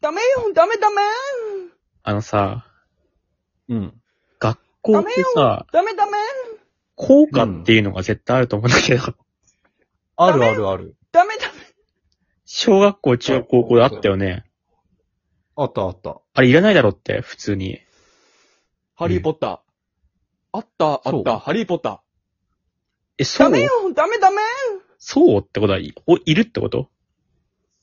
ダメよダメダメあのさ、うん。学校ってさ、ダメダメ効果っていうのが絶対あると思うんだけど、あるあるある。ダメダメ小学校、中学校、高校であったよね。あったあった。あれいらないだろって、普通に。ハリーポッター。あった、あそっうた、ハリーポッタえ、そダうメよダメダメそうってことはい、おいるってこと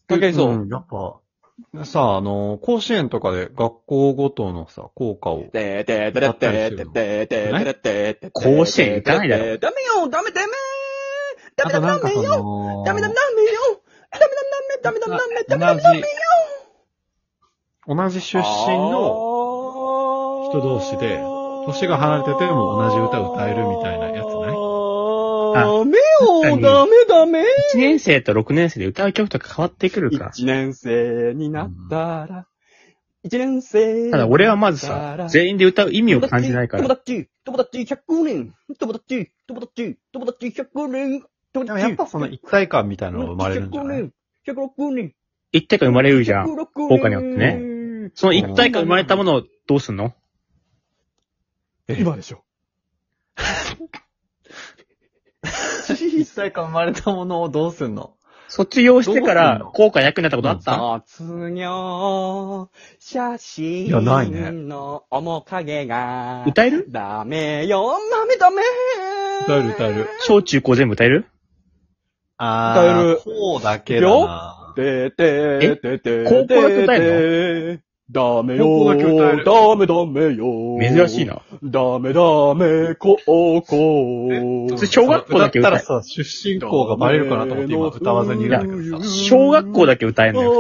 ー。かけそう。んやっぱ、さあ、あの、甲子園とかで学校ごとのさ、効果を。てててれててててててて甲子園行かないだろろ。ダメよダメダメダあメとダメなダんかメそよの、ダメダメダメよダメダメダメダメダメダメダメダメダメよ同じ出身の、の人同士で年が離れてても同じ歌を歌えるみたいなやつねダメよダメダメ1年生と6年生で歌う曲とか変わってくるから。一年生になったら、一年生。ただ俺はまずさ、全員で歌う意味を感じないか友ら。達友達100年友達友達友達100年友でもやっ達ぱその一体感みたいなのが生まれるんじゃない100年106年一体感生まれるじゃん。効果によってね。その一体感生まれたものをどうすんの今でしょ。 一体感生まれたものをどうすんの卒業してかどうすんらの効果役になったことあった卒業写真いやないねの面影が、歌えるダメよ。ダメダメ歌える歌える。小中高全部歌えるあ歌えーるこうだけだな。てててて高校だけ歌えのダメよ高校だけ歌えるダメダメよ珍しい。な。ダメダメ、高校。普通小学校だけ歌歌っえたらさ、出身校がバレるかなと思って今歌わずにいるんだけどさ。小学校だけ歌えんのよ、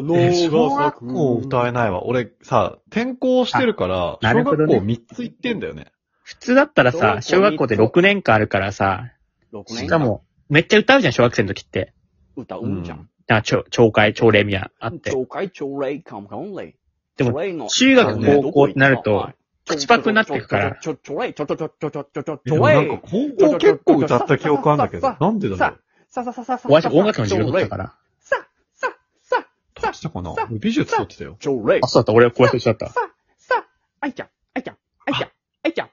えー、え小学校歌えないわ。俺さ、転校してるから、あな小るほ学ど校ね3つ行ってんだよね。普通。普通だったらさ、小小学学校校でで6年間あるからさ、 6しか。も、めっちゃ歌うじゃん、小学生の時って。歌うんじゃん。なんか、ちょ懲戒、朝礼みたいな、あって。懲戒、朝礼、カムカムレイ。でも朝礼の、中学高校ってなるとはい、口パクになってくからちょ、ちょ、ちょ、ちょ、ちょ、ちょ、ちょ、ちょ、ちょ、ちょ、でもなんか高校結構歌った記憶あるんだけど、なんでだろさう、さ、さ、さ、さ、さ、おわし音楽の授業だったから。さ、さ、さ、どうしたかな俺美術取ってたよ。朝礼あ、。そうだった。俺はこうやって歌った。さ、さ、あいちゃん、あいちゃん、あいちゃん、あいちゃん。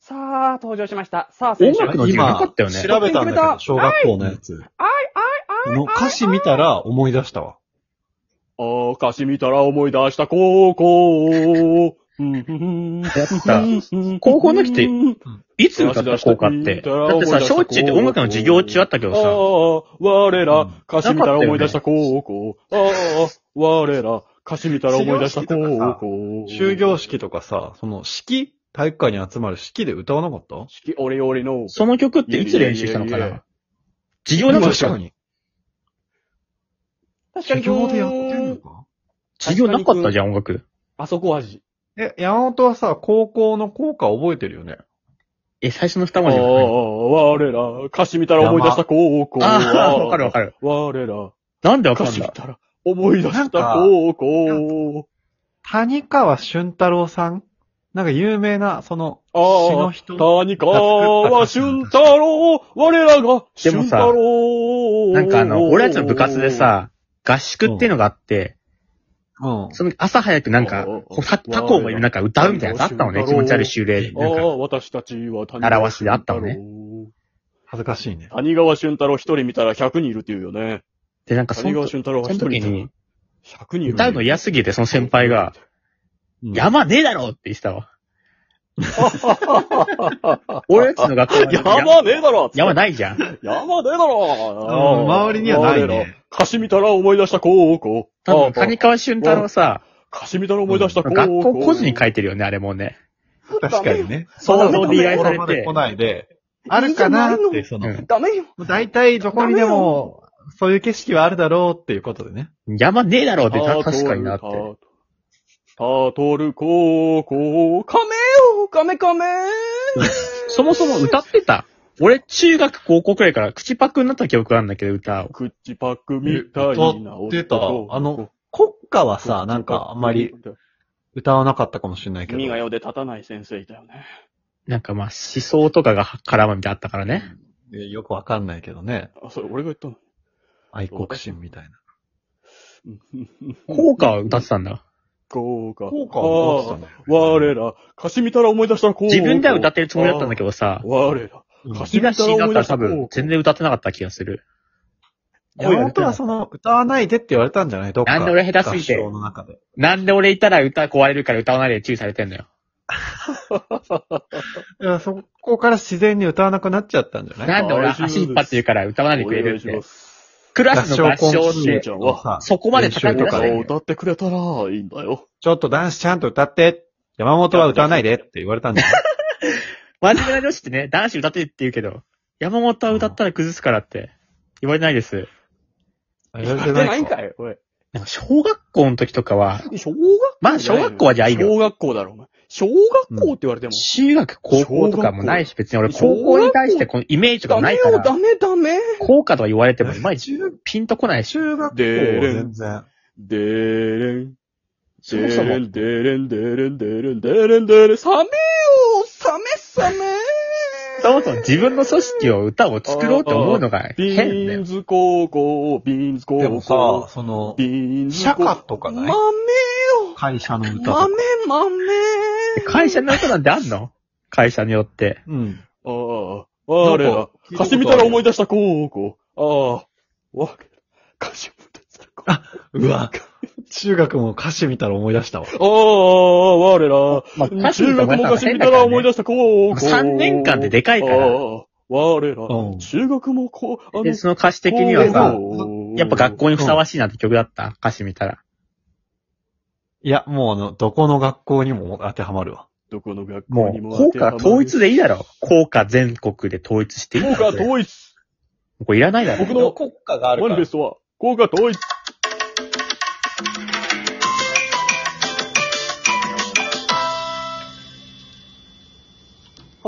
さあ、登場しました。さあ、選手音楽の授業なかったよね。調べたんだけど、小学校のやつ。あい、あい、この歌詞見たら思い出したわ。ああ、歌詞見たら思い出した高校。うんやった。高校の時っていつ歌った効果って。だってさ、小中って音楽の授業中あったけあどあ、我うらん、歌詞見たら思い出した高校。ああ、我ら、歌詞見たら思い出した高校。終業式とかさ、その式体育館に集まる式で歌わなかった式、俺俺のさ、、その曲っていつ練習したのかいやいやいやいやな授業だもん確かに。確授業でやってんのか授業なかったじゃん、音楽。あそこ味。え、山本はさ、高校の校歌覚えてるよね。え、最初の二ああ、文字じゃない我ら、歌詞見たら思い出した高校。ああー、わかるわかる。我ら、なんでわか歌ん詞見だたら思い出した高校。谷川俊太郎さんなんか有名な、その、詩あーの人。谷川俊太郎、我らが俊太郎。なんかあの、俺たちの部活で、さ、合宿っていうのがあって、うん。その朝早くなんか、うんこう他他校もなんか歌うみたいなのあったのね、気持ち悪い習例で。あなんかあ、私たちは谷習わしであったのねね。恥ずかしいね。谷川俊太郎一人見たら100人いるっていうよね。で、なんかそ谷川の俊太郎が一人見たらその100人いる。歌うの嫌すぎて、その先輩が、うん山ねえだろって言ってたわ。俺たちの学校は山ねえだろ山ないじゃん。山ねえだろうん周りにはないね。歌詞見たら思い出した高校。多分、谷川俊太郎さ、歌詞見たら思い出した高校。学校個人に書いてるよね、あれもね。確かにね。想像で依頼さまれでて来。ないで、あるかなって、その、うんダメよ大体どこにでも、そういう景色はあるだろうっていうことでね。山ねえだろって、ターたトル確かになってタ。ータートル高校。カメよカメカメそもそも歌ってた。俺、中学、高校くらいから口パクになった記憶があるんだけど、歌を。口パックみたいな音。え歌ってたあの、国歌はさ、なんかあんまり。歌わなかったかもしれないけど。君が世で立たない先生いたよね。なんかまあ、思想とかが絡むみたいなのあったからね。えよくわかんないけどね。あ、それ俺が言ったの。愛国心みたいな。効果を歌ってたんだ。こうか。こうかああ、我ら、歌詞見たら思い出したこう。自分では歌ってるつもりだったんだけどさ、我ら、歌詞引き見出したらになっ思いたら出し多たこ分う。全然歌ってなかった気がする。山本はその、歌わないでって言われたんじゃないどっか。なんで俺下手すぎて合唱の中で。なんで俺いたら歌壊れるから歌わないで注意されてんだよ。いや、そこから自然に歌わなくなっちゃったんじゃないなんで俺は足引っ張ってるから歌わないでくれるっお願いてしま。すクラスの合唱合っ唱コンてク、ールをさそこまで高く出さ合ないん唱とかおだよ。歌ってくれたらいいんだよ。ちょっと男子ちゃんと歌って、山本は歌わないでって言われたんじゃ ない真面目な女子ってね、男子歌ってって言うけど、山本は歌ったら崩すからって言われないです。あ言わでれてないいんかかいおい。でも小学校の時とかは、小学まあ小学校はじゃあいいよ。小学校だろ、お前。小学校って言われても。中学、高校とかもないし、別に俺小学高校校に対してこのイメージとかダなメいかよ、ダら、メ、ダメ。効果とか言われてもいまいちピンとこないし、中学校では全然。でーれん。そでもそーれもん、でーれん、でーれん、でーれん、でーれん、でーれん、サメよ、サメ、サメ。そもそも自分の組織を歌を作ろうと思うのがビ変だーンよ。ズ高校、ビーンズ高校。でもさ、その、ビーンズ社高歌校。とか豆ないよ、会社の歌と豆か。、豆。会社の歌なんてあんの会社によって。うん。ああ、我ら、かしみたら思い出した高校。ああ、わ、かしみたら高校。うわ、中学も歌詞見たら思い出したわ。ああ、我ら、まあ、歌詞中と学かももかかしみ変ただからら、思いね、出した高校。三年間ででかいからああ我らうん、中学もこう、あで、その歌詞的にはさ、の、やっぱ学校にふさわしいなって曲だった歌詞見たら。いや、もうあの、どこの学校にも当てはまるわ。どこの学校もにう、も。効果は統一でいいだろ。効果全国で統一していい効だ果ろ。統一これいらないだろ。僕の国家がマニフェストは、効果統一